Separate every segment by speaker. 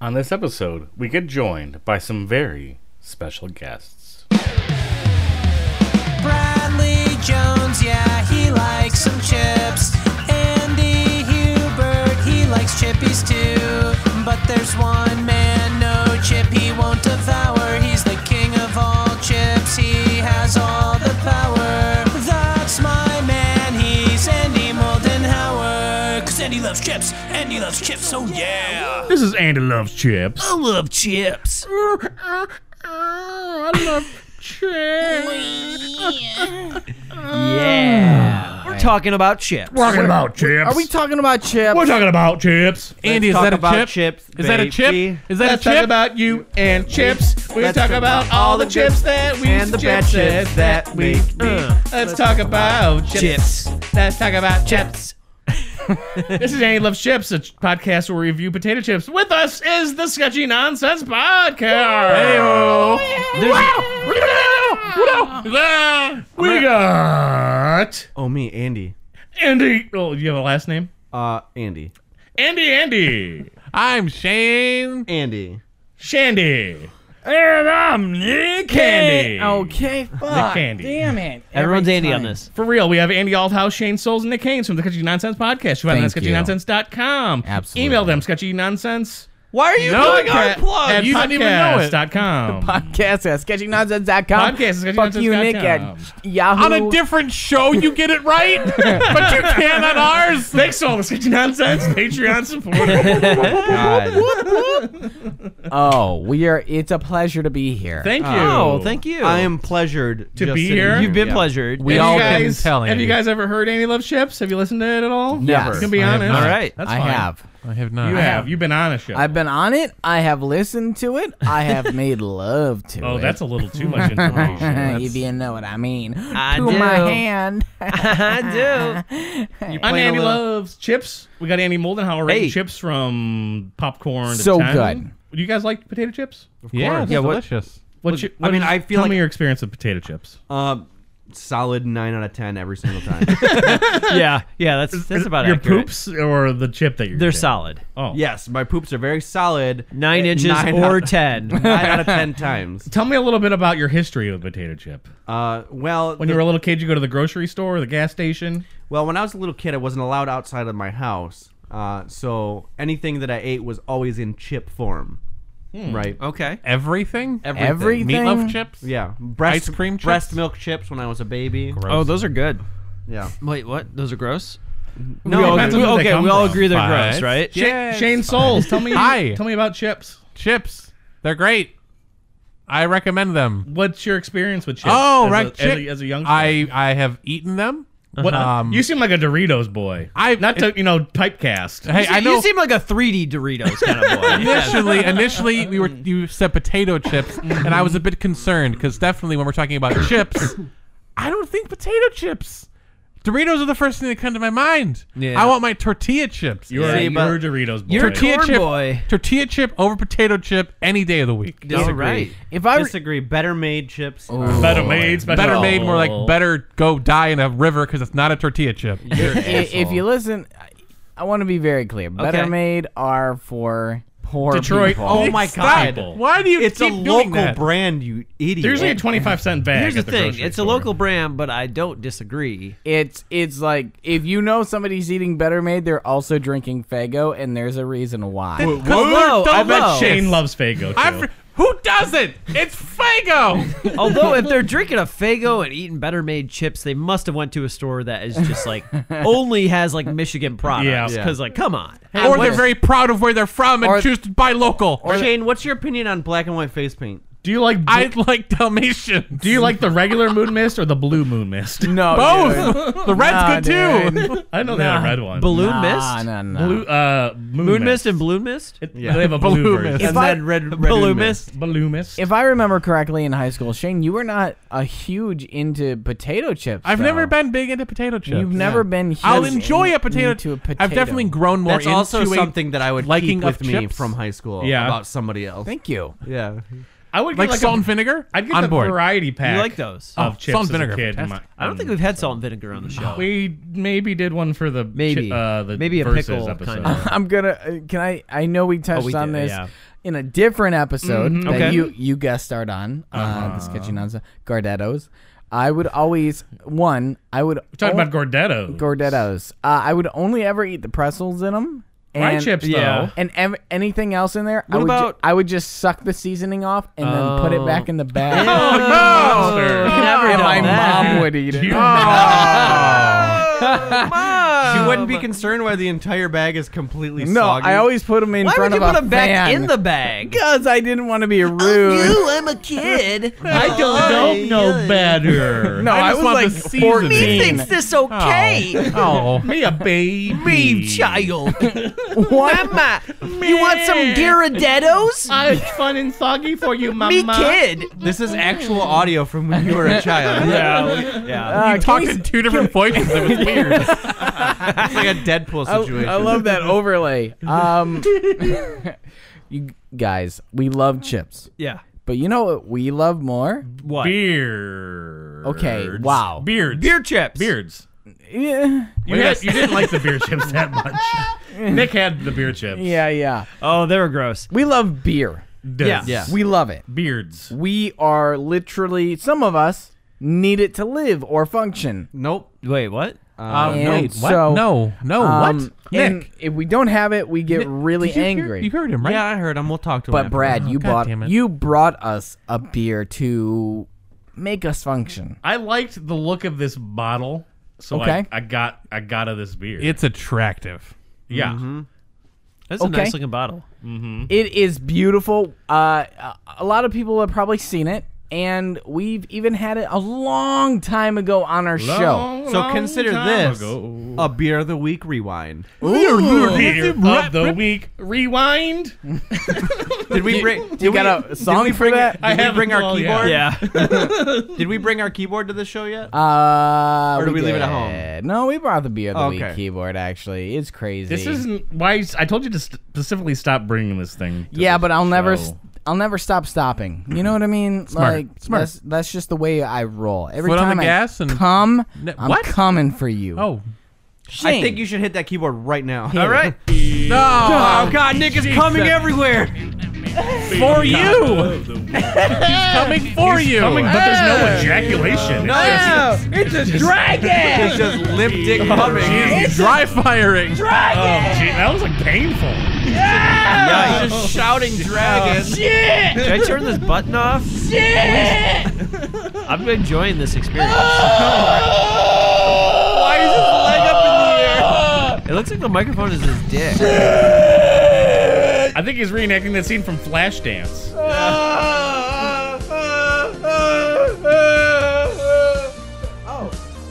Speaker 1: On this episode, we get joined by some very special guests.
Speaker 2: Bradley Jones, yeah, he likes some chips. Andy Hubert, he likes chippies too. But there's one man, no chip he won't devour. He's the king of all chips, he has all the power. That's my man, he's Andy Moldenhauer. Cause Andy loves chips, Andy loves chips, oh yeah.
Speaker 1: This is Andy Loves Chips.
Speaker 2: I love chips.
Speaker 1: I love chips.
Speaker 3: Yeah. We're
Speaker 2: Talking about chips.
Speaker 1: Talking about chips.
Speaker 3: Are we talking about chips?
Speaker 1: We're talking about chips.
Speaker 3: Andy, is talk that a about chip? chips, Is that a chip? baby.
Speaker 1: Is that
Speaker 4: Let's talk about you and chips. We
Speaker 3: Let's
Speaker 4: talk
Speaker 3: talk
Speaker 4: about
Speaker 3: about
Speaker 4: all the chips that we
Speaker 3: and the bad
Speaker 4: chips
Speaker 3: chips that we eat.
Speaker 4: Let's talk about chips. Let's talk about chips. this is Andy Loves Chips, a ch- podcast where we review potato chips. With us is the Sketchy Nonsense Podcast. We got
Speaker 3: Oh, me, Andy.
Speaker 4: Andy. Oh, you have a last name?
Speaker 3: Uh, Andy.
Speaker 4: Andy. Andy.
Speaker 5: I'm Shane.
Speaker 3: Andy.
Speaker 4: Shandy.
Speaker 5: And I'm Nick.
Speaker 4: Candy.
Speaker 3: Okay,
Speaker 4: Nick Candy.
Speaker 2: it.
Speaker 3: Everyone's Andy on this.
Speaker 4: For real, we have Andy Althouse, Shane Souls, and Nick Haynes from the Sketchy Nonsense Podcast. You find them at
Speaker 6: Thank you.
Speaker 4: sketchynonsense.com.
Speaker 6: Absolutely.
Speaker 4: Email them sketchy nonsense.
Speaker 3: Why are you doing our plug?
Speaker 4: At
Speaker 5: You didn't even know it.
Speaker 4: podcast.com.
Speaker 6: podcast at sketchynonsense.com.
Speaker 4: Podcast at
Speaker 6: Fuck you, Nick, at
Speaker 4: sketchynonsense.com.
Speaker 6: Yahoo.
Speaker 5: On a different show, you get it right, but you can't on ours.
Speaker 4: Thanks to all the Sketchy Nonsense Patreon support.
Speaker 6: oh, we are. It's a pleasure to be here.
Speaker 4: Thank you.
Speaker 3: Oh, thank you. I am pleasured
Speaker 4: To
Speaker 3: just
Speaker 4: be
Speaker 3: sitting
Speaker 4: here?
Speaker 3: You've been pleasured.
Speaker 5: We
Speaker 4: Have
Speaker 5: all
Speaker 4: you
Speaker 5: been
Speaker 4: guys,
Speaker 5: telling
Speaker 4: Have you
Speaker 5: you.
Speaker 4: guys ever heard Andy Love Ships? Have you listened to it at all?
Speaker 6: Yes.
Speaker 4: You can be
Speaker 5: I have
Speaker 4: honest.
Speaker 5: not.
Speaker 3: All right.
Speaker 4: That's
Speaker 6: I
Speaker 4: fine.
Speaker 6: have.
Speaker 5: I have not.
Speaker 4: You have. You've been on a show.
Speaker 6: I've been on it. I have listened to it. I have made love to it.
Speaker 4: oh, that's a little too much information.
Speaker 6: if you know what I mean.
Speaker 3: I
Speaker 6: to my
Speaker 3: do.
Speaker 6: hand.
Speaker 3: I do.
Speaker 4: I'm Andy Loves Chips. We got Andy Moldenhauer rating
Speaker 3: Hey.
Speaker 4: chips from popcorn. To
Speaker 6: So
Speaker 4: 10.
Speaker 6: good.
Speaker 4: Do you guys like potato chips?
Speaker 5: yeah, it's
Speaker 3: Yeah, what-
Speaker 5: delicious.
Speaker 4: What,
Speaker 3: Look,
Speaker 4: you-
Speaker 3: I
Speaker 4: what
Speaker 3: mean,
Speaker 4: is-
Speaker 3: I feel
Speaker 4: tell
Speaker 3: like-
Speaker 4: me your experience with potato chips.
Speaker 3: Uh, solid nine out of ten every single time. yeah, yeah. That's that's about
Speaker 4: your
Speaker 3: accurate.
Speaker 4: poops or the chip that you're.
Speaker 7: They're
Speaker 4: getting?
Speaker 7: solid.
Speaker 4: Oh,
Speaker 3: Yes, my poops are very solid.
Speaker 7: Nine
Speaker 3: Eh,
Speaker 7: inches
Speaker 3: nine
Speaker 7: or
Speaker 3: out-
Speaker 7: ten.
Speaker 3: Nine out of ten times.
Speaker 4: Tell me a little bit about your history with potato chip.
Speaker 3: Uh, well,
Speaker 4: When you were a little kid, you go to the grocery store, the gas station.
Speaker 3: Well, when I was a little kid, I wasn't allowed outside of my house. Uh, so anything that I ate was always in chip form. Right?
Speaker 7: Okay.
Speaker 5: Everything?
Speaker 3: Everything.
Speaker 6: Everything.
Speaker 5: Meatloaf chips?
Speaker 3: Yeah. Breast,
Speaker 5: Ice cream
Speaker 3: Breast
Speaker 5: chips?
Speaker 3: milk chips when I was a baby.
Speaker 7: Oh, those are good.
Speaker 3: Yeah.
Speaker 7: Wait, what? Those are gross.
Speaker 4: It
Speaker 7: No,
Speaker 4: depends
Speaker 7: we-
Speaker 4: on where they
Speaker 7: okay,
Speaker 4: come
Speaker 7: we all
Speaker 4: from.
Speaker 7: agree they're
Speaker 5: But-
Speaker 7: gross, right?
Speaker 4: Sha-
Speaker 5: Yeah, it's
Speaker 4: Shane
Speaker 5: fine.
Speaker 4: Souls, tell me.
Speaker 5: Hi.
Speaker 4: Tell me about chips.
Speaker 5: Chips. They're great. I recommend them.
Speaker 4: What's your experience with chips?
Speaker 5: Oh,
Speaker 4: as
Speaker 5: right.
Speaker 4: A, as,
Speaker 5: chip-
Speaker 4: a, as a youngster,
Speaker 5: I, I have eaten them.
Speaker 4: What-
Speaker 5: Um,
Speaker 4: you seem like a Doritos boy.
Speaker 5: I-
Speaker 4: not to you know typecast.
Speaker 5: Hey, I know.
Speaker 7: You seem like a 3D Doritos kind of boy.
Speaker 5: initially, initially we were you said potato chips, and I was a bit concerned because definitely when we're talking about chips, I don't think potato chips. Doritos are the first thing that come to my mind.
Speaker 7: Yeah.
Speaker 5: I want my tortilla chips.
Speaker 4: you're
Speaker 3: See,
Speaker 4: a,
Speaker 3: but-
Speaker 4: you're a Doritos boy.
Speaker 7: You're a
Speaker 5: Tortilla
Speaker 7: corn
Speaker 5: chip-
Speaker 7: boy.
Speaker 5: tortilla chip over potato chip any day of the week.
Speaker 7: All right.
Speaker 6: If I were-
Speaker 3: Disagree. Better made chips.
Speaker 4: better made, special.
Speaker 5: Better made, more
Speaker 4: Oh.
Speaker 5: like better go die in a river because it's not a tortilla chip.
Speaker 6: i- if you listen, I, I want to be very clear. Better
Speaker 7: Okay.
Speaker 6: made are for poor
Speaker 4: Detroit.
Speaker 6: people.
Speaker 3: Oh my
Speaker 5: Stop.
Speaker 3: god.
Speaker 5: Why do you
Speaker 3: It's a
Speaker 5: keep doing
Speaker 3: local
Speaker 5: that?
Speaker 3: brand, you idiot.
Speaker 4: There's usually a twenty-five cent bag.
Speaker 7: Here's the
Speaker 4: at
Speaker 7: thing.
Speaker 4: grocery
Speaker 7: It's a
Speaker 4: store.
Speaker 7: local brand, but I don't disagree.
Speaker 6: It's it's like if you know somebody's eating Better Made, they're also drinking Fago, and there's a reason why.
Speaker 7: Although,
Speaker 5: don't
Speaker 4: I bet
Speaker 7: although,
Speaker 4: Shane loves Fago.
Speaker 5: I
Speaker 4: too.
Speaker 5: fr- who doesn't? It's Fago.
Speaker 7: although if they're drinking a Fago and eating better made chips, they must have went to a store that is just like only has like Michigan products.
Speaker 3: Yeah.
Speaker 7: Because like, come on.
Speaker 5: or they're very proud of where they're from and
Speaker 6: Or-
Speaker 5: choose to buy local.
Speaker 3: Shane, what's your opinion on black and white face paint?
Speaker 4: Do you like?
Speaker 5: I like Dalmatians.
Speaker 4: do you like the regular moon mist or the blue moon mist?
Speaker 6: No, dude.
Speaker 5: Both. the red's
Speaker 6: Nah,
Speaker 5: good too.
Speaker 6: dude.
Speaker 4: I know they had a red one.
Speaker 7: Balloon
Speaker 6: Nah,
Speaker 7: mist,
Speaker 6: nah, nah.
Speaker 4: Blue, uh, moon,
Speaker 7: moon mist, and balloon mist.
Speaker 4: It-
Speaker 3: Yeah.
Speaker 4: They have a
Speaker 5: Balloon
Speaker 4: blue,
Speaker 5: mist.
Speaker 4: version.
Speaker 6: If
Speaker 3: and
Speaker 6: I-
Speaker 3: then red, red
Speaker 7: Balloon
Speaker 3: moon
Speaker 7: mist.
Speaker 4: Blue mist.
Speaker 6: If I remember correctly in high school, Shane, you were not a huge into potato chips.
Speaker 5: I've
Speaker 6: though.
Speaker 5: never been big into potato chips.
Speaker 6: You've never been. Huge
Speaker 5: I'll enjoy a
Speaker 6: in-
Speaker 5: potato
Speaker 6: into a
Speaker 5: chip.
Speaker 6: potato.
Speaker 5: I've definitely grown more
Speaker 3: That's
Speaker 5: into
Speaker 3: also
Speaker 5: a
Speaker 3: something that I would
Speaker 5: liking
Speaker 3: keep with
Speaker 5: of
Speaker 3: me
Speaker 5: chips.
Speaker 3: from high school
Speaker 4: Yeah.
Speaker 3: about somebody else.
Speaker 6: Thank you.
Speaker 3: Yeah.
Speaker 4: I would get
Speaker 5: like,
Speaker 4: like
Speaker 5: salt
Speaker 4: a,
Speaker 5: and vinegar.
Speaker 4: I'd get
Speaker 5: on
Speaker 4: the
Speaker 5: board.
Speaker 4: variety pack.
Speaker 7: You like those?
Speaker 5: Oh,
Speaker 4: Of
Speaker 5: salt
Speaker 4: chips
Speaker 5: and
Speaker 4: as a
Speaker 5: vinegar,
Speaker 4: kid in my- Mm.
Speaker 5: fantastic.
Speaker 7: I don't think we've had salt and vinegar on the show.
Speaker 4: We maybe did one for the chi-
Speaker 7: Maybe.
Speaker 4: uh, the
Speaker 7: Maybe a
Speaker 4: versus
Speaker 7: pickle
Speaker 4: episode.
Speaker 7: kind of.
Speaker 6: I'm gonna. uh, Can I? I know we touched
Speaker 7: we
Speaker 6: on
Speaker 7: did,
Speaker 6: this
Speaker 7: yeah.
Speaker 6: in a different episode
Speaker 4: Mm-hmm.
Speaker 6: that
Speaker 7: Okay.
Speaker 6: you you guest starred on uh, the sketchy nonsense Gardettos. I would always one. I would
Speaker 4: Talking
Speaker 3: Oh.
Speaker 6: al-
Speaker 4: about Gordetto.
Speaker 6: Gardettos. Uh, I I would only ever eat the pretzels in them.
Speaker 4: Fry chips,
Speaker 7: yeah.
Speaker 4: though.
Speaker 6: And ev- anything else in there, I
Speaker 7: What
Speaker 6: would, ju-
Speaker 7: about-
Speaker 6: I would just suck the seasoning off and then put it back in the bag.
Speaker 4: Oh, you monster.
Speaker 7: Never
Speaker 6: and
Speaker 7: done
Speaker 6: my
Speaker 7: that.
Speaker 6: mom would eat it.
Speaker 4: You-
Speaker 6: Oh,
Speaker 3: you wouldn't be concerned why the entire bag is completely
Speaker 6: No,
Speaker 3: soggy.
Speaker 6: I always put them in
Speaker 7: Why
Speaker 6: front
Speaker 7: would you
Speaker 6: of
Speaker 7: put
Speaker 6: a
Speaker 7: them back
Speaker 6: fan.
Speaker 7: in the bag?
Speaker 6: Because I didn't want to be rude.
Speaker 7: I'm a kid.
Speaker 4: I don't, don't know better.
Speaker 6: No,
Speaker 5: I
Speaker 6: I,
Speaker 5: just
Speaker 6: was
Speaker 5: want
Speaker 6: like
Speaker 5: the seasoning.
Speaker 6: 14.
Speaker 5: Me thinks
Speaker 7: this
Speaker 5: Oh,
Speaker 4: Me a baby.
Speaker 7: child.
Speaker 6: What?
Speaker 7: Mama, you want some Ghirardellos?
Speaker 4: I it's fun and soggy for you, mama.
Speaker 7: Me kid.
Speaker 3: This is actual audio from when you were a child.
Speaker 4: Yeah.
Speaker 7: Yeah.
Speaker 6: Uh,
Speaker 5: you
Speaker 6: can
Speaker 5: talked
Speaker 6: we
Speaker 5: in two different voices. It was weird.
Speaker 3: It's like a Deadpool
Speaker 6: I,
Speaker 3: situation.
Speaker 6: I love that overlay. Um, you guys, we love chips,
Speaker 7: Yeah.
Speaker 6: but you know what we love more?
Speaker 7: What?
Speaker 4: Beards.
Speaker 6: Okay, wow.
Speaker 4: Beards.
Speaker 7: Beer chips.
Speaker 4: Beards.
Speaker 6: Yeah,
Speaker 4: You, had, you didn't like the beer chips that much. Nick had the beer chips.
Speaker 6: yeah, yeah.
Speaker 7: Oh, they were gross.
Speaker 6: We love beer.
Speaker 4: Does.
Speaker 7: Yeah. Yeah.
Speaker 6: We love it.
Speaker 4: Beards.
Speaker 6: We are literally some of us need it to live or function.
Speaker 3: Nope.
Speaker 7: Wait, what?
Speaker 6: Uh,
Speaker 5: Um, no,
Speaker 6: and
Speaker 5: what?
Speaker 6: so-
Speaker 5: no, no,
Speaker 6: Um,
Speaker 5: what?
Speaker 6: And if we don't have it, we get really
Speaker 5: Did you hear-
Speaker 6: angry.
Speaker 5: you heard him, right?
Speaker 3: Yeah, I heard him. We'll talk to him.
Speaker 6: But
Speaker 3: after.
Speaker 6: Brad,
Speaker 5: Oh,
Speaker 6: you
Speaker 5: God damn
Speaker 6: bought
Speaker 5: it.
Speaker 6: you brought us a beer to make us function.
Speaker 4: I liked the look of this bottle. So
Speaker 6: Okay.
Speaker 4: I, I got I got of this beer.
Speaker 5: It's attractive.
Speaker 4: yeah.
Speaker 7: That's
Speaker 6: Okay.
Speaker 7: a nice looking bottle.
Speaker 6: It is beautiful. Uh, a- a lot of people have probably seen it, and we've even had it a long time ago on our show.
Speaker 4: Long,
Speaker 3: So
Speaker 4: long
Speaker 3: consider
Speaker 4: time
Speaker 3: this
Speaker 4: ago.
Speaker 3: a beer of the week rewind.
Speaker 4: Beer of the week. Rewind.
Speaker 3: Did we bring? Did
Speaker 6: You
Speaker 3: we,
Speaker 6: got a
Speaker 3: did
Speaker 6: song
Speaker 3: we
Speaker 6: for
Speaker 3: bring,
Speaker 6: that?
Speaker 3: Did we
Speaker 4: have
Speaker 3: bring
Speaker 4: it
Speaker 3: our
Speaker 4: all, yeah.
Speaker 3: keyboard?
Speaker 7: Yeah.
Speaker 3: Did we bring our keyboard to the show yet?
Speaker 6: Uh,
Speaker 3: Or do we leave it at
Speaker 6: did. No, we brought the beer of the
Speaker 3: Okay.
Speaker 6: week keyboard. Actually, it's crazy.
Speaker 4: This isn't why s- I told you to st- specifically stop bringing this thing. to
Speaker 6: yeah,
Speaker 4: the
Speaker 6: but I'll never.
Speaker 4: show.
Speaker 6: St- I'll never stop stopping. You know what I mean?
Speaker 5: Smart.
Speaker 6: Like
Speaker 5: Smart.
Speaker 6: That's, that's just the way I roll. Every
Speaker 5: Foot on
Speaker 6: time
Speaker 5: the
Speaker 6: I
Speaker 5: gas and-
Speaker 6: come,
Speaker 5: Ne-
Speaker 6: I'm
Speaker 5: what?
Speaker 6: coming for you.
Speaker 5: Oh
Speaker 3: I think you should hit that keyboard right now.
Speaker 6: All right.
Speaker 5: no!
Speaker 3: Oh God, Nick is coming everywhere.
Speaker 5: for you. He's coming for Oh, you.
Speaker 4: Coming, but there's no ejaculation. No,
Speaker 6: Oh,
Speaker 3: it's a dragon. It's just limp dick coming.
Speaker 5: He's dry firing.
Speaker 4: that was like painful.
Speaker 3: Yeah, he's just shouting dragon.
Speaker 7: Should I turn this button off? I'm enjoying this experience.
Speaker 3: Why is his leg up
Speaker 7: It looks like the microphone is his dick.
Speaker 4: I think he's reenacting that scene from Flashdance.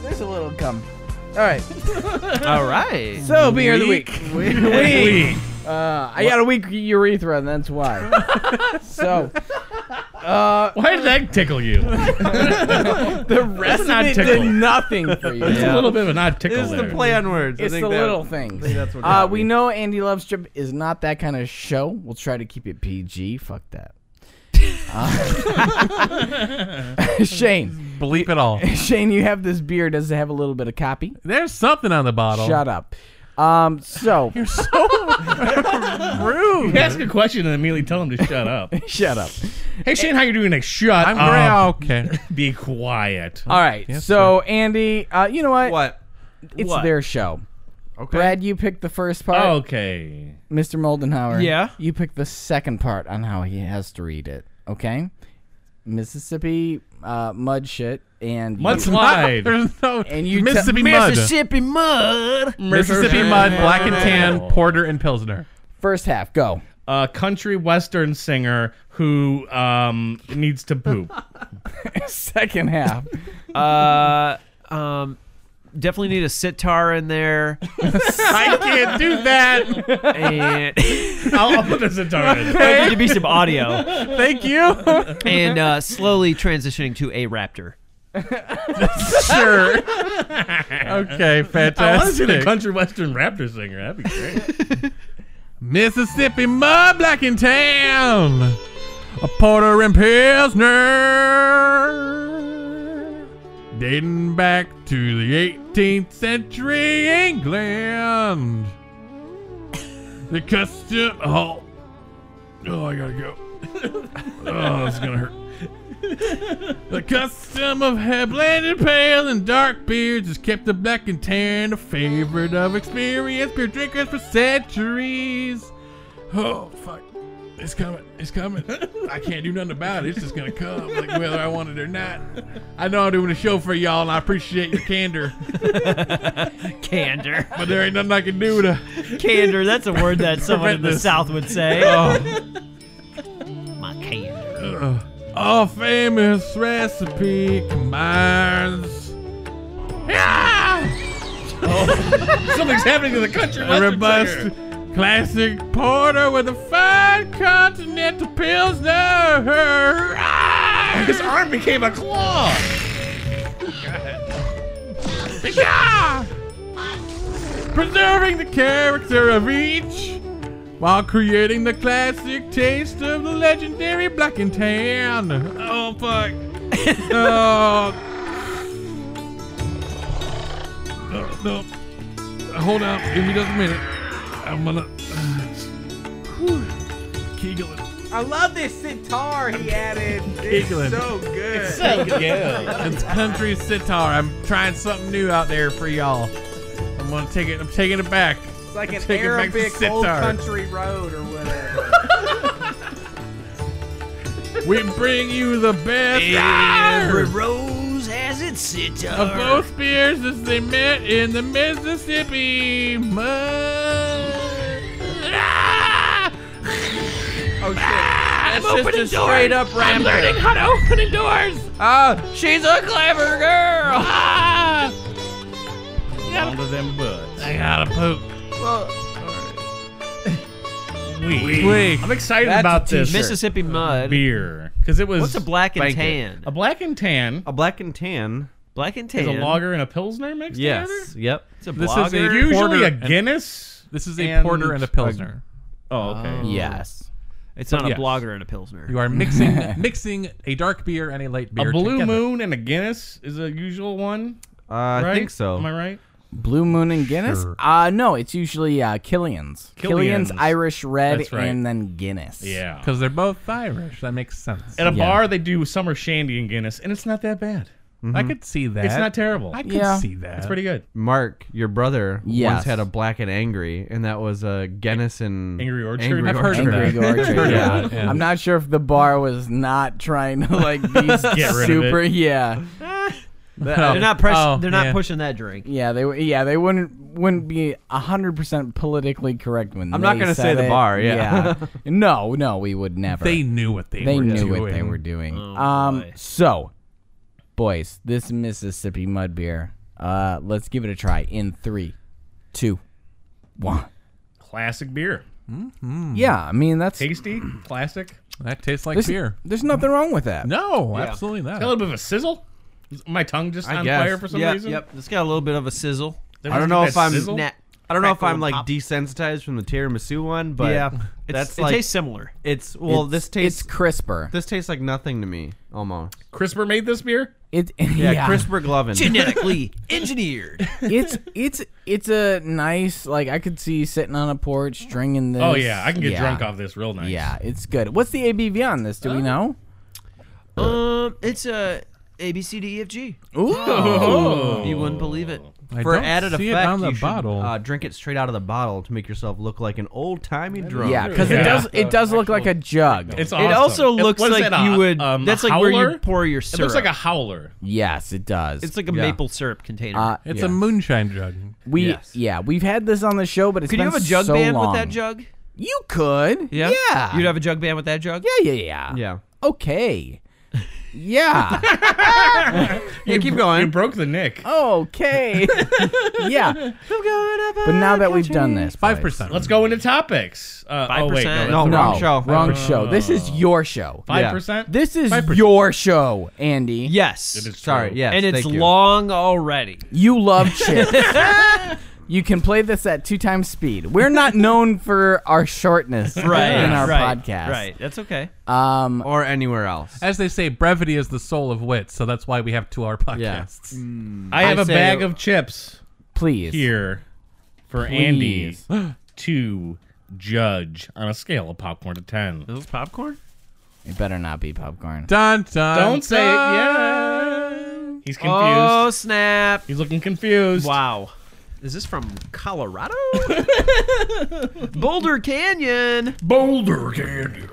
Speaker 6: There's a little gum. All right.
Speaker 7: All right.
Speaker 6: So beer of the week. Week. Uh, I got a weak urethra, and that's why. so
Speaker 4: Why did that tickle you?
Speaker 6: the rest
Speaker 4: of not it did
Speaker 6: did
Speaker 4: tickle.
Speaker 6: nothing for you.
Speaker 4: It's a little bit of an odd tickle
Speaker 3: in the air?
Speaker 4: there.
Speaker 3: It's the play on words. I
Speaker 6: It's
Speaker 3: think
Speaker 6: the
Speaker 3: that-
Speaker 6: little things.
Speaker 3: that's what
Speaker 6: uh,
Speaker 3: got
Speaker 6: we
Speaker 3: me.
Speaker 6: know Andy Love's Trip is not that kind of show. We'll try to keep it PG. Fuck that. Uh, Shane,
Speaker 5: Bleep it all.
Speaker 6: Shane, you have this beer. Does it have a little bit of copy?
Speaker 5: There's something on the bottle.
Speaker 6: Shut up. Um, so
Speaker 5: You're so rude.
Speaker 4: You ask a question and immediately tell him to shut up.
Speaker 6: shut up.
Speaker 4: Hey Shane, how you doing? Like, shut
Speaker 5: I'm
Speaker 4: up.
Speaker 5: great. Okay.
Speaker 4: Be quiet.
Speaker 6: All right.
Speaker 5: Yes,
Speaker 6: so Andy, uh, you know what?
Speaker 3: What? Oh.
Speaker 6: It's
Speaker 7: What?
Speaker 6: their show.
Speaker 3: Okay.
Speaker 6: Brad, you picked the first part.
Speaker 4: Okay.
Speaker 6: Mr. Moldenhauer.
Speaker 7: Yeah?
Speaker 6: You pick the second part on how he has to read it. Okay? Mississippi uh, mud shit and
Speaker 4: Mudslide.
Speaker 5: There's no
Speaker 6: And you te-
Speaker 5: Mississippi mud.
Speaker 7: Mississippi mud.
Speaker 5: Mississippi mud, black and tan, porter and pilsner.
Speaker 6: first half. Go.
Speaker 1: uh,
Speaker 4: A country western singer who um, needs to poop.
Speaker 6: Second half.
Speaker 7: Uh, um, definitely need a sitar in there.
Speaker 4: I can't do that.
Speaker 7: And there
Speaker 4: I'll, I'll put this in target.
Speaker 7: need to be some audio.
Speaker 5: Thank you.
Speaker 7: And uh, slowly transitioning to a raptor.
Speaker 5: sure.
Speaker 4: I
Speaker 5: okay,
Speaker 4: want to see the
Speaker 5: fantastic.
Speaker 4: country western raptor singer. That'd be great.
Speaker 5: Mississippi mud, black and tan. a porter and pilsner, dating back to the 18th century England. The custom. Oh, oh, I gotta go. oh, it's gonna hurt. The custom of ha- blended pale and dark beards has kept the black and tan a favorite of experienced beer drinkers for centuries. Oh fuck! It's coming! It's coming! I can't do nothing about it. It's just gonna come, like whether I want it or not. I know I'm doing a show for y'all, and I appreciate your candor,
Speaker 7: Candor.
Speaker 5: but there ain't nothing I can do to.
Speaker 7: Candor, that's a word that someone in the
Speaker 5: Horrendous.
Speaker 7: South would say.
Speaker 5: Oh,
Speaker 7: My candor.
Speaker 5: uh, our famous recipe combines. Yeah!
Speaker 4: Something's happening to the country.
Speaker 5: a
Speaker 4: western singer.
Speaker 5: robust classic porter with a fine continental pilsner. Ah!
Speaker 4: His arm became a claw.
Speaker 5: Yeah! Preserving the character of each while creating the classic taste of the legendary black and tan. Oh fuck. oh. No, no. Hold up. Give me just a minute. I'm gonna Whew. kegel it.
Speaker 3: I love this sitar he added. It's
Speaker 5: Giggling.
Speaker 3: so good.
Speaker 4: So good.
Speaker 5: It's country sitar. I'm trying something new out there for y'all. I'm gonna take it. I'm taking it back.
Speaker 3: It's like an
Speaker 5: Take it back to
Speaker 3: Arabic old
Speaker 5: sitar.
Speaker 3: country road or whatever.
Speaker 5: We bring you the best
Speaker 7: Every
Speaker 5: of
Speaker 7: rose has its sitar.
Speaker 5: both beers as they met in the Mississippi. Mud. Ah!
Speaker 3: Oh shit. That's
Speaker 5: I'm
Speaker 3: just
Speaker 5: opening
Speaker 3: a straight
Speaker 5: doors.
Speaker 3: up
Speaker 5: I'm
Speaker 3: rap.
Speaker 5: learning how to open doors. Ah,
Speaker 6: She's a clever girl.
Speaker 5: ah.
Speaker 1: Onto them butts.
Speaker 5: I gotta poop.
Speaker 1: We.
Speaker 5: Wait.
Speaker 1: I'm excited
Speaker 6: That's
Speaker 1: about
Speaker 6: a
Speaker 1: this
Speaker 7: Mississippi mud.
Speaker 1: beer because it was.
Speaker 7: What's a black and
Speaker 1: spanking.
Speaker 7: tan?
Speaker 1: A black and tan
Speaker 3: A black and tan.
Speaker 7: Black and
Speaker 1: is a
Speaker 7: tan.
Speaker 1: lager and a pilsner mixed
Speaker 7: Yes.
Speaker 1: together.
Speaker 7: Yep. It's a
Speaker 5: This is
Speaker 7: blogger.
Speaker 5: a-
Speaker 1: Usually
Speaker 5: Porter
Speaker 1: a
Speaker 5: and-
Speaker 1: Guinness.
Speaker 5: This is a
Speaker 1: and
Speaker 5: porter and a pilsner.
Speaker 1: Oh, okay.
Speaker 3: Hmm.
Speaker 6: Yes.
Speaker 7: it's not a
Speaker 1: yes.
Speaker 7: blogger and a pilsner.
Speaker 5: You are mixing mixing a dark beer and a light beer.
Speaker 1: A blue
Speaker 5: together.
Speaker 1: moon and a Guinness is a usual one.
Speaker 3: Uh, I
Speaker 1: right?
Speaker 3: think so.
Speaker 1: Am I right?
Speaker 6: Blue Moon and Guinness?
Speaker 5: Sure.
Speaker 6: Uh no, it's usually uh Killian's. Killian's,
Speaker 1: Killian's.
Speaker 6: Irish Red
Speaker 1: That's right.
Speaker 6: and then Guinness.
Speaker 1: Yeah.
Speaker 5: Because they're both Irish. That makes sense.
Speaker 1: At a
Speaker 6: Yeah.
Speaker 1: bar, they do summer shandy and Guinness, and it's not that bad.
Speaker 5: I could see that.
Speaker 1: It's not terrible.
Speaker 5: I could
Speaker 6: Yeah.
Speaker 5: see that.
Speaker 1: It's pretty good.
Speaker 3: Mark, your brother,
Speaker 6: Yes.
Speaker 3: once had a black and angry, and that was a Guinness and
Speaker 1: Angry Orchard?
Speaker 3: Angry
Speaker 1: I've
Speaker 5: heard of
Speaker 3: Orchard.
Speaker 6: Angry
Speaker 5: that.
Speaker 6: Orchard, yeah.
Speaker 5: Yeah.
Speaker 6: I'm not sure if the bar was not trying to like be
Speaker 1: Get rid of
Speaker 6: super.
Speaker 1: it.
Speaker 6: Yeah,
Speaker 7: They're not press-
Speaker 5: Oh,
Speaker 7: They're not
Speaker 5: yeah.
Speaker 7: pushing that drink.
Speaker 6: yeah, they were- yeah they wouldn't wouldn't be hundred percent politically correct when
Speaker 3: I'm not
Speaker 6: going
Speaker 3: gonna
Speaker 6: to
Speaker 3: say the bar, yeah.
Speaker 6: no, no, we would never.
Speaker 5: They knew what they,
Speaker 6: They
Speaker 5: were
Speaker 6: knew
Speaker 5: doing.
Speaker 6: what they were doing.
Speaker 7: Oh,
Speaker 6: um,
Speaker 7: boy.
Speaker 6: so boys, this Mississippi mud beer. Uh, let's give it a try in three, two, one.
Speaker 1: Classic beer. Hmm.
Speaker 6: Yeah, I mean that's
Speaker 1: Tasty, classic.
Speaker 5: That tastes like
Speaker 6: there's,
Speaker 5: beer.
Speaker 6: there's nothing wrong with that.
Speaker 5: No, absolutely
Speaker 1: A little
Speaker 5: not.
Speaker 1: bit of a sizzle. Is My tongue just
Speaker 3: I
Speaker 1: on
Speaker 3: guess.
Speaker 1: fire for some
Speaker 7: yep,
Speaker 1: reason.
Speaker 7: yep. It's got a little bit of a sizzle.
Speaker 1: There
Speaker 3: I don't
Speaker 1: was
Speaker 3: know
Speaker 1: that
Speaker 3: if I'm
Speaker 1: sizzle.
Speaker 7: Nah.
Speaker 3: I don't know if
Speaker 7: Crackle
Speaker 3: I'm
Speaker 7: and
Speaker 3: like
Speaker 7: pop.
Speaker 3: desensitized from the tiramisu one, but
Speaker 7: Yeah.
Speaker 3: that's
Speaker 7: It's, it
Speaker 3: like
Speaker 7: tastes similar.
Speaker 3: it's well.
Speaker 6: It's-
Speaker 3: this tastes
Speaker 6: it's crisper.
Speaker 3: this tastes like nothing to me almost.
Speaker 1: Crisper made this beer.
Speaker 6: It
Speaker 3: Yeah,
Speaker 6: yeah,
Speaker 3: crisper glovin.
Speaker 7: Genetically engineered.
Speaker 6: it's it's it's a nice like I could see sitting on a porch drinking this.
Speaker 1: Oh yeah, I can get drunk off this Uh, real nice.
Speaker 6: Yeah, it's good. What's the ABV on this? Do we know?
Speaker 7: um, it's a A B C D E F G.
Speaker 6: Ooh,
Speaker 1: Oh.
Speaker 7: You wouldn't believe it.
Speaker 5: I
Speaker 3: For
Speaker 5: don't
Speaker 3: added
Speaker 5: see
Speaker 3: effect,
Speaker 5: it on the
Speaker 3: you should,
Speaker 5: bottle.
Speaker 3: uh, drink it straight out of the bottle to make yourself look like an old timey drunk.
Speaker 6: yeah, because
Speaker 1: Yeah.
Speaker 6: it does it does look like a jug.
Speaker 1: It's awesome.
Speaker 7: It also looks
Speaker 1: what is
Speaker 7: like
Speaker 1: that,
Speaker 7: you
Speaker 1: a-
Speaker 7: would.
Speaker 1: um, a
Speaker 7: that's like where you
Speaker 1: howler?
Speaker 7: pour your
Speaker 1: It
Speaker 7: syrup.
Speaker 1: looks like a howler.
Speaker 6: yes, it does.
Speaker 7: It's like a
Speaker 3: Yeah.
Speaker 7: maple syrup container.
Speaker 6: uh,
Speaker 5: it's
Speaker 6: yeah.
Speaker 5: a moonshine jug.
Speaker 6: we
Speaker 3: yes.
Speaker 6: yeah we've had this on the show, but it's
Speaker 7: Could you
Speaker 6: been
Speaker 7: have a jug
Speaker 6: so
Speaker 7: band
Speaker 6: long.
Speaker 7: with that jug?
Speaker 6: You could. yeah.
Speaker 7: You'd have a jug band with that jug?
Speaker 6: yeah, yeah, yeah,
Speaker 3: yeah.
Speaker 6: Okay. Yeah.
Speaker 3: Yeah, keep going.
Speaker 1: You broke the nick.
Speaker 6: okay. yeah. But now that we've done this,
Speaker 5: Five
Speaker 6: boys.
Speaker 5: percent.
Speaker 1: Let's go into topics. Uh, oh wait,
Speaker 7: 5%.
Speaker 1: no,
Speaker 3: No,
Speaker 6: No,
Speaker 3: wrong show.
Speaker 6: Wrong show. This is your show.
Speaker 1: five percent.
Speaker 6: This is your show, Andy.
Speaker 7: Yes.
Speaker 1: It is
Speaker 3: Sorry.
Speaker 1: true.
Speaker 3: Yes.
Speaker 7: and it's
Speaker 3: thank you.
Speaker 7: long already.
Speaker 6: You love chips. You can play this at two times speed. We're not known for our shortness
Speaker 7: Right.
Speaker 6: in our
Speaker 7: right,
Speaker 6: podcast.
Speaker 7: Right. That's okay.
Speaker 6: Um,
Speaker 3: or anywhere else.
Speaker 8: As they say, brevity is the soul of wit, so that's why we have two-hour podcasts.
Speaker 4: I have
Speaker 3: I
Speaker 4: a
Speaker 3: say-
Speaker 4: bag of chips
Speaker 6: please.
Speaker 4: here for Andy to judge on a scale of popcorn to ten.
Speaker 7: Those popcorn?
Speaker 6: It better not be popcorn.
Speaker 8: Dun dun.
Speaker 4: Don't say it.
Speaker 8: dun.
Speaker 4: Yeah. He's confused.
Speaker 7: Oh snap!
Speaker 4: He's looking confused.
Speaker 7: Wow. Is this from Colorado? Boulder Canyon.
Speaker 4: Boulder candy.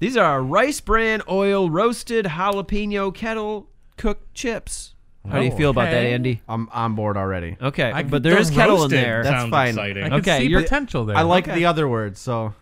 Speaker 7: These are rice bran oil roasted jalapeno kettle cooked chips. How do you feel about that, Andy?
Speaker 3: I'm on board already.
Speaker 7: Okay,
Speaker 8: I-
Speaker 7: but there is kettle in
Speaker 4: roasted
Speaker 7: there.
Speaker 3: That's
Speaker 4: sounds
Speaker 3: fine.
Speaker 4: exciting.
Speaker 8: I
Speaker 7: Okay,
Speaker 8: can see
Speaker 7: you're-
Speaker 8: potential there.
Speaker 3: I like the other word, so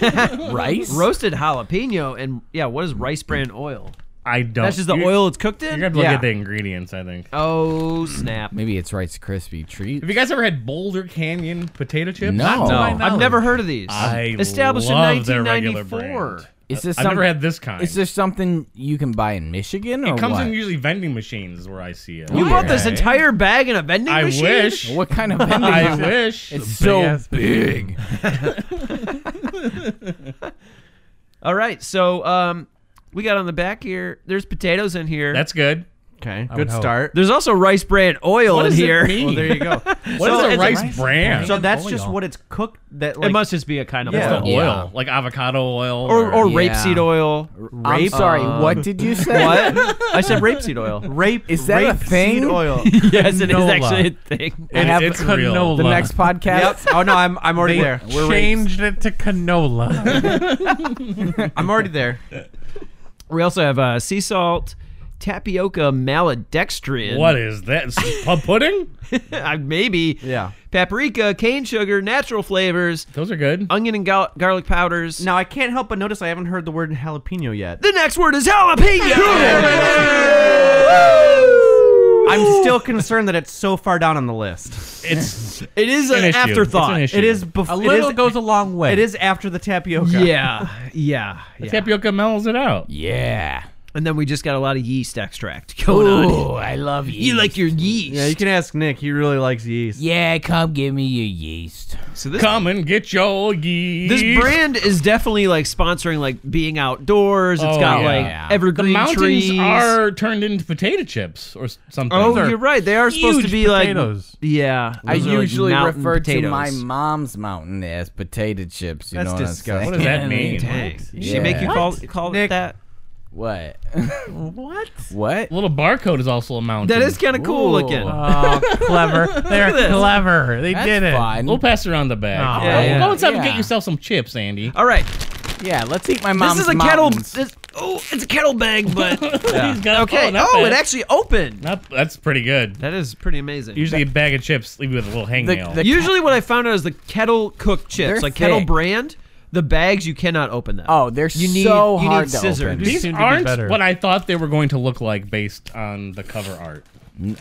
Speaker 6: Rice?
Speaker 7: roasted jalapeno and yeah, what is rice bran oil?
Speaker 4: I don't.
Speaker 7: That's just the
Speaker 4: you-
Speaker 7: oil it's cooked in.
Speaker 4: You're gonna have to look
Speaker 7: Yeah.
Speaker 4: at the ingredients. I think.
Speaker 7: Oh snap!
Speaker 6: Maybe it's Rice Krispie treat.
Speaker 4: Have you guys ever had Boulder Canyon potato chips?
Speaker 6: No.
Speaker 7: No,
Speaker 8: my
Speaker 7: I've
Speaker 8: knowledge.
Speaker 7: never heard of these.
Speaker 4: I
Speaker 7: Established in
Speaker 4: love their regular
Speaker 7: 1994.
Speaker 4: brand.
Speaker 6: Is this
Speaker 4: I've
Speaker 6: some-
Speaker 4: never had this kind.
Speaker 6: Is there something you can buy in Michigan or
Speaker 4: it comes
Speaker 6: what?
Speaker 4: in usually vending machines is where I see it.
Speaker 7: You
Speaker 6: Okay.
Speaker 7: bought this entire bag in a vending
Speaker 4: I
Speaker 7: machine?
Speaker 4: wish.
Speaker 6: what kind of vending?
Speaker 4: I
Speaker 6: is it?
Speaker 4: wish.
Speaker 6: It's so
Speaker 8: Big-ass-
Speaker 6: big.
Speaker 7: All right, so um, we got on the back here. There's potatoes in here.
Speaker 4: That's good.
Speaker 3: okay,
Speaker 8: would
Speaker 3: good
Speaker 8: hope.
Speaker 3: start.
Speaker 7: There's also rice bran oil in
Speaker 4: does it
Speaker 7: here.
Speaker 4: mean?
Speaker 3: Well, there you go.
Speaker 4: What is
Speaker 7: So
Speaker 4: a
Speaker 7: it's a
Speaker 4: rice,
Speaker 8: rice
Speaker 4: bran?
Speaker 3: So that's
Speaker 8: Oil.
Speaker 3: just what it's cooked. That like
Speaker 7: it must just be a kind of
Speaker 3: Yeah.
Speaker 4: It's
Speaker 7: oil.
Speaker 4: the
Speaker 6: Yeah.
Speaker 4: oil, like avocado oil,
Speaker 7: Or, or
Speaker 6: Yeah.
Speaker 7: rapeseed oil. Uh,
Speaker 6: I'm sorry. what did you say?
Speaker 7: What? I said rapeseed oil.
Speaker 3: rape.
Speaker 6: Is that a
Speaker 3: rapeseed
Speaker 6: thing?
Speaker 3: Oil.
Speaker 7: yes, it is
Speaker 8: Canola.
Speaker 7: actually a thing.
Speaker 6: I have
Speaker 4: it's
Speaker 8: canola.
Speaker 4: real.
Speaker 6: the next
Speaker 3: yep.
Speaker 6: podcast.
Speaker 3: Oh no, I'm I'm already there.
Speaker 8: They changed it to canola.
Speaker 3: I'm already there.
Speaker 7: We also have uh, sea salt, tapioca maltodextrin.
Speaker 4: What is that? S- Pub pudding?
Speaker 7: Uh, Maybe.
Speaker 3: Yeah.
Speaker 7: Paprika, cane sugar, natural flavors,
Speaker 4: Those are good.
Speaker 7: onion and gal- garlic powders.
Speaker 3: Now I can't help but notice I haven't heard the word jalapeno yet.
Speaker 7: The next word is jalapeno.
Speaker 3: I'm still concerned that it's so far down on the list.
Speaker 4: It's
Speaker 7: it is
Speaker 4: an
Speaker 7: an,
Speaker 4: issue.
Speaker 7: afterthought.
Speaker 4: It's an
Speaker 3: It is
Speaker 8: a
Speaker 3: before. It
Speaker 8: little
Speaker 3: is,
Speaker 8: goes a long way.
Speaker 3: it is after the tapioca.
Speaker 7: Yeah, yeah, yeah.
Speaker 4: tapioca mellows it out.
Speaker 6: Yeah.
Speaker 7: And then we just got a lot of yeast extract going on.
Speaker 6: Ooh, I love yeast.
Speaker 7: You like your yeast?
Speaker 3: Yeah, you can ask Nick. He really likes yeast.
Speaker 6: Yeah, come give me your yeast.
Speaker 7: so this
Speaker 4: Come and get your yeast.
Speaker 7: this brand is definitely like sponsoring like being outdoors. It's
Speaker 4: Oh,
Speaker 7: got
Speaker 4: yeah.
Speaker 7: like
Speaker 6: Yeah.
Speaker 4: The
Speaker 7: evergreen
Speaker 4: mountains
Speaker 7: trees.
Speaker 4: are turned into potato chips or s- something.
Speaker 7: Oh,
Speaker 4: Those are-
Speaker 7: you're right. They are supposed to
Speaker 8: huge
Speaker 7: be
Speaker 8: potatoes.
Speaker 7: like yeah.
Speaker 6: I
Speaker 7: those are, like,
Speaker 6: usually
Speaker 7: mountain
Speaker 6: refer to
Speaker 7: potatoes.
Speaker 6: my mom's mountain as potato chips. You
Speaker 3: That's
Speaker 6: know
Speaker 3: disgusting.
Speaker 6: What, I'm
Speaker 4: What does that
Speaker 6: saying? I
Speaker 4: mean?
Speaker 7: Dang.
Speaker 6: Yeah.
Speaker 7: She make you
Speaker 6: What?
Speaker 7: call call it
Speaker 3: Nick.
Speaker 7: that.
Speaker 6: What? what? What?
Speaker 4: Little barcode is also a mountain.
Speaker 7: That is kind of cool
Speaker 6: Ooh.
Speaker 7: looking.
Speaker 8: Oh, clever. They're
Speaker 7: this.
Speaker 8: clever. They
Speaker 6: That's
Speaker 8: did it.
Speaker 6: fun.
Speaker 4: We'll pass around the bag.
Speaker 8: Aw.
Speaker 7: Yeah,
Speaker 4: Go-
Speaker 7: yeah.
Speaker 4: Go inside and get
Speaker 6: Yeah.
Speaker 4: yourself some chips, Andy.
Speaker 7: All right,
Speaker 6: Yeah, let's eat my mom's
Speaker 7: this is a kettle.
Speaker 6: mountains.
Speaker 7: This, oh, it's a kettle bag, but
Speaker 4: He's got-
Speaker 7: okay.
Speaker 4: Oh, not
Speaker 7: Oh,
Speaker 4: bad.
Speaker 7: it actually opened.
Speaker 4: Not- that's pretty good.
Speaker 7: That is pretty amazing.
Speaker 4: Usually a bag of chips leave you with a little hangnail.
Speaker 6: the-
Speaker 7: Usually, what I found out is the kettle cooked chips,
Speaker 6: They're
Speaker 7: like kettle
Speaker 6: thick.
Speaker 7: brand, the bags you cannot open them.
Speaker 6: Oh, they're
Speaker 7: you need,
Speaker 6: so
Speaker 7: you
Speaker 6: hard
Speaker 7: need
Speaker 6: to
Speaker 7: scissors.
Speaker 6: open.
Speaker 4: These
Speaker 8: seem to be
Speaker 4: aren't
Speaker 8: better.
Speaker 4: what I thought they were going to look like based on the cover art.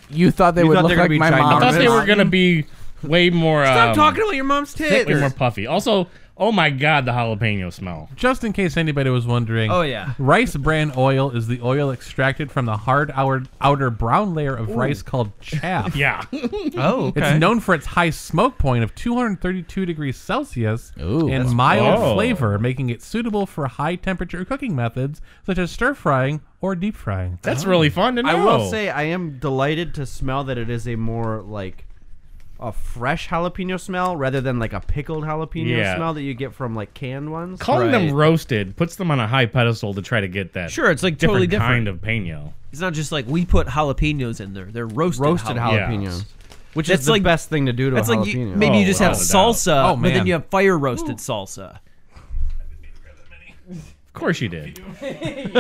Speaker 6: you thought they
Speaker 3: You
Speaker 6: would
Speaker 3: thought
Speaker 6: look
Speaker 3: they were
Speaker 6: like
Speaker 3: gonna
Speaker 6: my
Speaker 3: be
Speaker 4: I
Speaker 3: ginormous?
Speaker 6: mom's
Speaker 4: thought they were
Speaker 6: mountain?
Speaker 4: going to be way more.
Speaker 7: Stop
Speaker 4: um,
Speaker 7: talking about your mom's tits.
Speaker 4: way more puffy. Also, oh my god, the jalapeno smell.
Speaker 8: Just in case anybody was wondering.
Speaker 7: Oh, yeah.
Speaker 8: Rice bran oil is the oil extracted from the hard outer, outer brown layer of rice called chaff.
Speaker 4: Yeah.
Speaker 7: Oh,
Speaker 8: It's known for its high smoke point of 232 degrees Celsius
Speaker 6: Ooh.
Speaker 8: and mild
Speaker 4: cool.
Speaker 8: flavor, making it suitable for high temperature cooking methods such as stir frying or deep frying.
Speaker 4: That's really fun to know.
Speaker 3: I will say I am delighted to smell that it is a more like a fresh jalapeno smell rather than like a pickled jalapeno
Speaker 4: Yeah.
Speaker 3: smell that you get from like canned ones.
Speaker 4: calling them
Speaker 7: Right.
Speaker 4: roasted puts them on a high pedestal to try to get that.
Speaker 7: Sure, it's, like,
Speaker 4: different
Speaker 7: totally different.
Speaker 4: kind of pino.
Speaker 7: it's not just like we put jalapenos in there; they're roasted.
Speaker 3: roasted
Speaker 7: jalapenos.
Speaker 4: Yeah.
Speaker 3: jalapenos, which
Speaker 7: That's
Speaker 3: is the
Speaker 7: like-
Speaker 3: best thing to do to
Speaker 7: That's
Speaker 3: a jalapeno.
Speaker 7: like you, maybe
Speaker 4: Oh,
Speaker 7: you just have
Speaker 4: without a doubt.
Speaker 7: salsa,
Speaker 8: Oh,
Speaker 7: but then
Speaker 8: man.
Speaker 7: you have fire roasted salsa.
Speaker 4: Of course you did.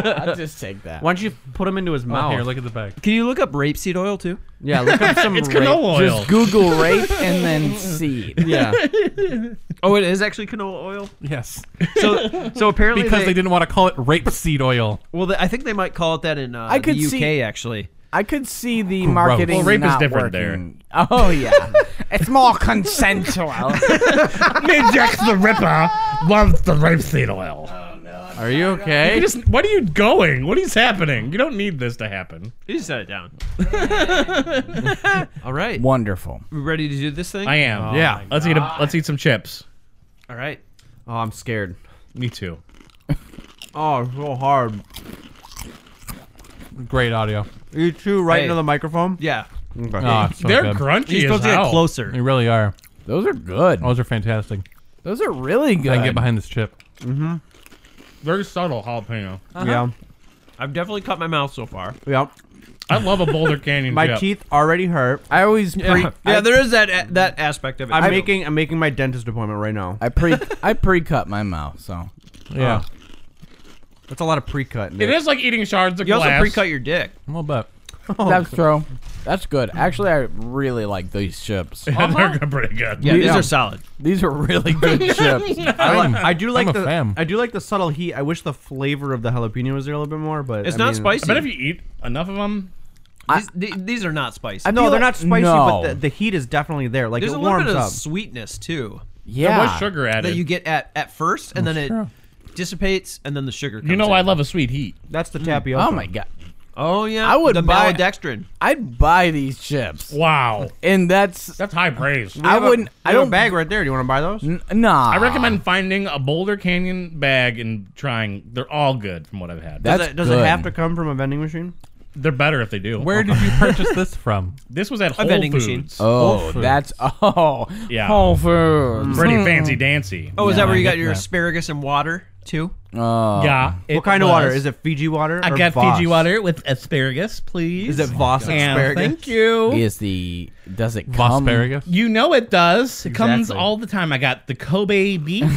Speaker 6: I'll just take that.
Speaker 3: Why don't you put them into his
Speaker 8: Oh,
Speaker 3: mouth?
Speaker 8: here, look at the bag.
Speaker 7: Can you look up rapeseed oil too?
Speaker 3: yeah, look up some.
Speaker 4: It's
Speaker 3: rape-
Speaker 4: canola oil.
Speaker 6: Just Google rape and then seed.
Speaker 3: Yeah,
Speaker 7: Oh, it is actually canola oil.
Speaker 8: Yes.
Speaker 7: So, so apparently
Speaker 8: Because
Speaker 7: they,
Speaker 8: they didn't want to call it rapeseed oil.
Speaker 7: Well, they, I think they might call it that in uh,
Speaker 6: I could
Speaker 7: the UK
Speaker 6: see-
Speaker 7: actually.
Speaker 6: I could see the marketing
Speaker 4: Well, rape is
Speaker 6: not
Speaker 4: different
Speaker 6: working. Oh yeah, it's more consensual.
Speaker 4: Jack the Ripper loves the rapeseed oil.
Speaker 6: know.
Speaker 8: Are you okay?
Speaker 4: You just, what are you going? What is happening? You don't need this to happen.
Speaker 7: You just set it down. All right.
Speaker 6: Wonderful.
Speaker 7: We ready to do this thing?
Speaker 4: I am.
Speaker 5: Oh.
Speaker 8: Yeah.
Speaker 4: Let's eat. A, let's eat some chips.
Speaker 7: All right.
Speaker 3: Oh, I'm scared.
Speaker 4: Me too.
Speaker 3: Oh, it's so hard.
Speaker 8: Great audio.
Speaker 3: You chew right
Speaker 7: Hey.
Speaker 3: into the microphone.
Speaker 7: Yeah.
Speaker 3: Okay.
Speaker 8: Oh, it's so
Speaker 4: They're
Speaker 8: good.
Speaker 4: crunchy
Speaker 7: You're
Speaker 4: as
Speaker 7: supposed to get
Speaker 4: hell.
Speaker 8: They
Speaker 7: closer.
Speaker 8: really are.
Speaker 6: Those are good.
Speaker 8: Those are fantastic.
Speaker 6: Those are really
Speaker 8: I can get
Speaker 6: good.
Speaker 8: behind this chip.
Speaker 4: Very subtle jalapeno.
Speaker 3: Yeah.
Speaker 7: Uh-huh. I've definitely cut my mouth so far.
Speaker 3: Yeah.
Speaker 4: I love a Boulder Canyon.
Speaker 3: My
Speaker 4: chip.
Speaker 3: teeth already hurt.
Speaker 6: I always pre-
Speaker 7: yeah, there is that that aspect of it.
Speaker 3: I'm making I'm making my dentist appointment right now. Uh,
Speaker 6: I pre I pre cut my mouth, so
Speaker 8: Yeah.
Speaker 3: That's a lot of pre-cut.
Speaker 4: It
Speaker 3: Nick.
Speaker 4: is like eating shards of
Speaker 7: You also
Speaker 4: glass.
Speaker 7: pre-cut your dick.
Speaker 8: A little bit.
Speaker 6: that's true. That's good. Actually, I really like these chips.
Speaker 4: Yeah, they're good- pretty good.
Speaker 7: Yeah, these
Speaker 3: Yeah.
Speaker 7: are solid.
Speaker 6: These are really good chips.
Speaker 3: I, like, I do like
Speaker 8: I'm a
Speaker 3: the
Speaker 8: fan.
Speaker 3: I do like the subtle heat. I wish the flavor of the jalapeno was there a little bit more, but
Speaker 7: It's
Speaker 3: I
Speaker 7: not
Speaker 3: mean-
Speaker 4: I
Speaker 7: spicy.
Speaker 4: bet if you eat enough of them,
Speaker 7: these, the- these are not spicy.
Speaker 6: I
Speaker 3: No,
Speaker 6: feel
Speaker 3: they're
Speaker 6: like-
Speaker 3: not spicy,
Speaker 6: No.
Speaker 3: but the, the heat is definitely there. Like
Speaker 7: There's
Speaker 3: it
Speaker 7: a little
Speaker 3: warms
Speaker 7: bit of
Speaker 3: up.
Speaker 7: sweetness too
Speaker 6: Yeah.
Speaker 3: Ah,
Speaker 4: there was sugar added.
Speaker 7: that you get at at first, and then it dissipates, and then the sugar. Comes
Speaker 4: You know
Speaker 7: in.
Speaker 4: I love a sweet heat.
Speaker 3: That's the tapioca.
Speaker 6: Oh my god.
Speaker 7: Oh yeah,
Speaker 6: I would
Speaker 7: the
Speaker 6: buy-
Speaker 7: maltodextrin.
Speaker 6: I'd buy these chips,
Speaker 4: Wow,
Speaker 6: and that's
Speaker 4: that's high praise.
Speaker 6: I wouldn't. I
Speaker 3: I have
Speaker 6: don't Mm.
Speaker 3: a bag right there. Do you want to buy those?
Speaker 6: N- nah.
Speaker 4: I recommend finding a Boulder Canyon bag and trying. They're all good from what I've had.
Speaker 6: That's
Speaker 3: does it, does
Speaker 6: good.
Speaker 3: it have to come from a vending machine?
Speaker 4: They're better if they do.
Speaker 8: Where did you purchase this from?
Speaker 4: this was at Whole
Speaker 7: vending
Speaker 4: Foods.
Speaker 7: machine.
Speaker 6: Oh,
Speaker 8: Whole Foods?
Speaker 6: that's oh
Speaker 4: Yeah. Mm.
Speaker 6: Whole Foods.
Speaker 3: Hmm.
Speaker 4: Pretty fancy dancy.
Speaker 7: Oh, is that where you got your
Speaker 8: that.
Speaker 7: asparagus and water too?
Speaker 6: Oh.
Speaker 4: yeah.
Speaker 3: What kind of water? Is it Fiji water?
Speaker 4: I
Speaker 3: or
Speaker 4: got
Speaker 3: Voss?
Speaker 4: Fiji water with asparagus, please.
Speaker 3: Is it Voss asparagus?
Speaker 4: Thank you.
Speaker 6: Is the does it come?
Speaker 8: Asparagus?
Speaker 4: You know it does. It comes
Speaker 3: Exactly.
Speaker 4: all the time. I got the Kobe beef.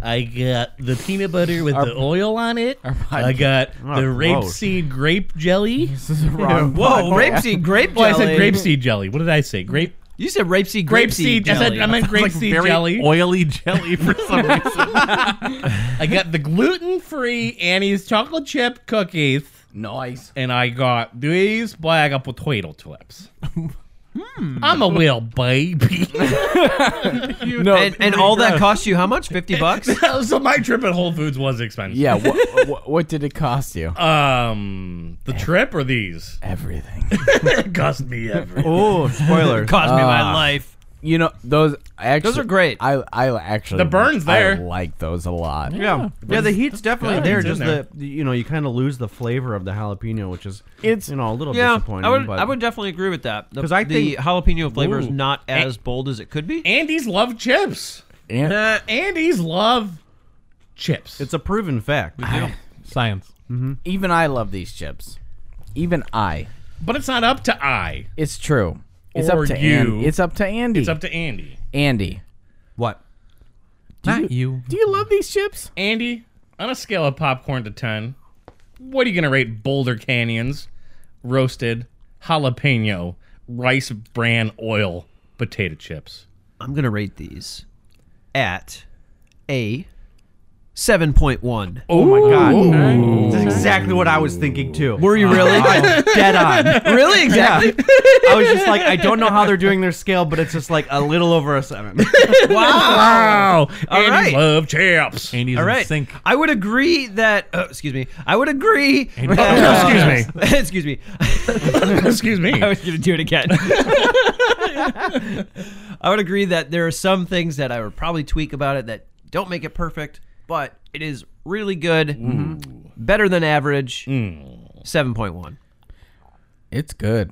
Speaker 4: I got the peanut butter with the oil on it. I got the rapeseed grape jelly.
Speaker 6: Wrong
Speaker 7: Whoa, rapeseed grape
Speaker 4: Well, I
Speaker 7: jelly.
Speaker 4: said grapeseed jelly. What did I say? Grape
Speaker 7: You said rapeseed grape
Speaker 4: grapeseed. I said I meant grapeseed
Speaker 8: Very
Speaker 4: jelly.
Speaker 8: oily jelly for some reason.
Speaker 4: I got the gluten-free Annie's chocolate chip cookies,
Speaker 6: Nice.
Speaker 4: and I got these black apple twiddle tips.
Speaker 8: Hmm.
Speaker 4: I'm a little baby.
Speaker 6: No.
Speaker 7: and, and all that cost you how much? Fifty bucks.
Speaker 4: so my trip at Whole Foods was expensive.
Speaker 6: yeah. What, what, what did it cost you?
Speaker 4: Um, the trip or these?
Speaker 6: Everything.
Speaker 4: It cost me everything.
Speaker 3: Oh, spoiler.
Speaker 7: cost me my life.
Speaker 6: Ah. You know those. Actually,
Speaker 7: Those are great.
Speaker 6: I I actually
Speaker 4: The burn's there.
Speaker 6: I like those a lot.
Speaker 3: yeah, yeah. The heat's definitely
Speaker 4: good.
Speaker 3: there.
Speaker 4: It's in
Speaker 3: Just the you know you kind of lose the flavor of the jalapeno, which is
Speaker 6: It's-
Speaker 3: you know a little
Speaker 7: Yeah,
Speaker 3: disappointing.
Speaker 7: I would.
Speaker 3: but
Speaker 7: I would definitely agree with that. Because
Speaker 3: 'Cause I
Speaker 7: the
Speaker 3: think-
Speaker 7: jalapeno flavor is
Speaker 4: Ooh.
Speaker 7: not as bold as it could be.
Speaker 4: Andy's love chips.
Speaker 6: And-
Speaker 4: Uh, Andy's love chips.
Speaker 3: It's a proven fact.
Speaker 8: Science.
Speaker 6: Even I love these chips. Even I.
Speaker 4: but it's not up to I.
Speaker 6: It's true. It's
Speaker 4: Or
Speaker 6: up to
Speaker 4: you.
Speaker 6: Andy. It's up to Andy.
Speaker 4: It's up to Andy.
Speaker 6: Andy.
Speaker 3: What?
Speaker 8: Not you.
Speaker 6: Do you love these chips?
Speaker 4: Andy, on a scale of popcorn to ten, what are you gonna rate Boulder Canyon's roasted jalapeno rice bran oil potato chips?
Speaker 7: I'm gonna rate these at a seven point one.
Speaker 3: Oh my god! That's exactly what I was thinking too.
Speaker 7: Were you really?
Speaker 3: dead on?
Speaker 7: really exactly?
Speaker 3: I was just like, I don't know how they're doing their scale, but it's just like a little over a seven.
Speaker 4: Wow! Andy's
Speaker 7: right.
Speaker 4: love chips.
Speaker 8: Andy's
Speaker 7: All
Speaker 8: in
Speaker 7: right.
Speaker 8: sync.
Speaker 7: I would agree that. Uh, excuse me. I would agree.
Speaker 4: excuse me.
Speaker 7: me. excuse me.
Speaker 4: Excuse me.
Speaker 7: I was gonna do it again. I would agree that there are some things that I would probably tweak about it that don't make it perfect, but it is really good,
Speaker 4: Mm.
Speaker 7: better than average. Seven point one.
Speaker 6: It's good.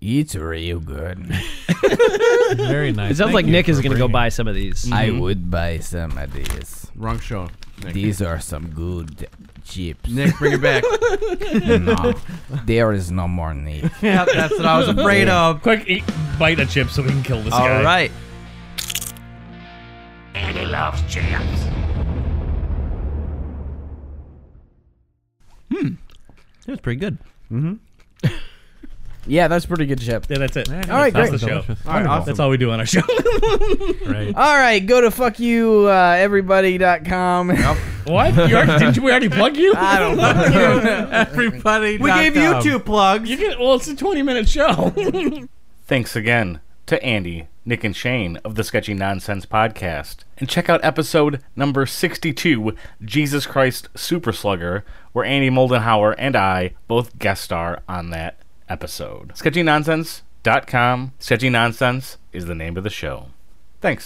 Speaker 6: It's real good.
Speaker 8: Very nice.
Speaker 7: It sounds like Nick is gonna go buy some of these.
Speaker 6: I would buy some of these.
Speaker 3: Wrong show. Nick.
Speaker 6: These are some good chips.
Speaker 3: Nick, bring it back.
Speaker 6: No, there is no more need.
Speaker 3: yeah, that's what I was afraid of.
Speaker 4: Quick, eat, bite a chip so we can kill this
Speaker 7: All
Speaker 4: guy.
Speaker 7: right. Andy loves jams. Hmm. That was pretty good.
Speaker 6: Yeah, that's pretty good chip.
Speaker 4: Yeah, that's it.
Speaker 6: All right,
Speaker 4: that's
Speaker 6: great.
Speaker 4: the show.
Speaker 8: All right,
Speaker 4: That's all we do on our show.
Speaker 6: All right, go to uh, fuckyoueverybody.com. Yep.
Speaker 4: what? You already, didn't we already plug you?
Speaker 6: I don't know.
Speaker 8: Everybody.
Speaker 3: We gave you two plugs.
Speaker 4: You can, well, it's a 20 minute show.
Speaker 1: Thanks again, to Andy, Nick, and Shane of the Sketchy Nonsense Podcast. And check out episode number 62, Jesus Christ Super Slugger, where Andy Moldenhauer and I both guest star on that episode. SketchyNonsense.com. Sketchy Nonsense is the name of the show. Thanks.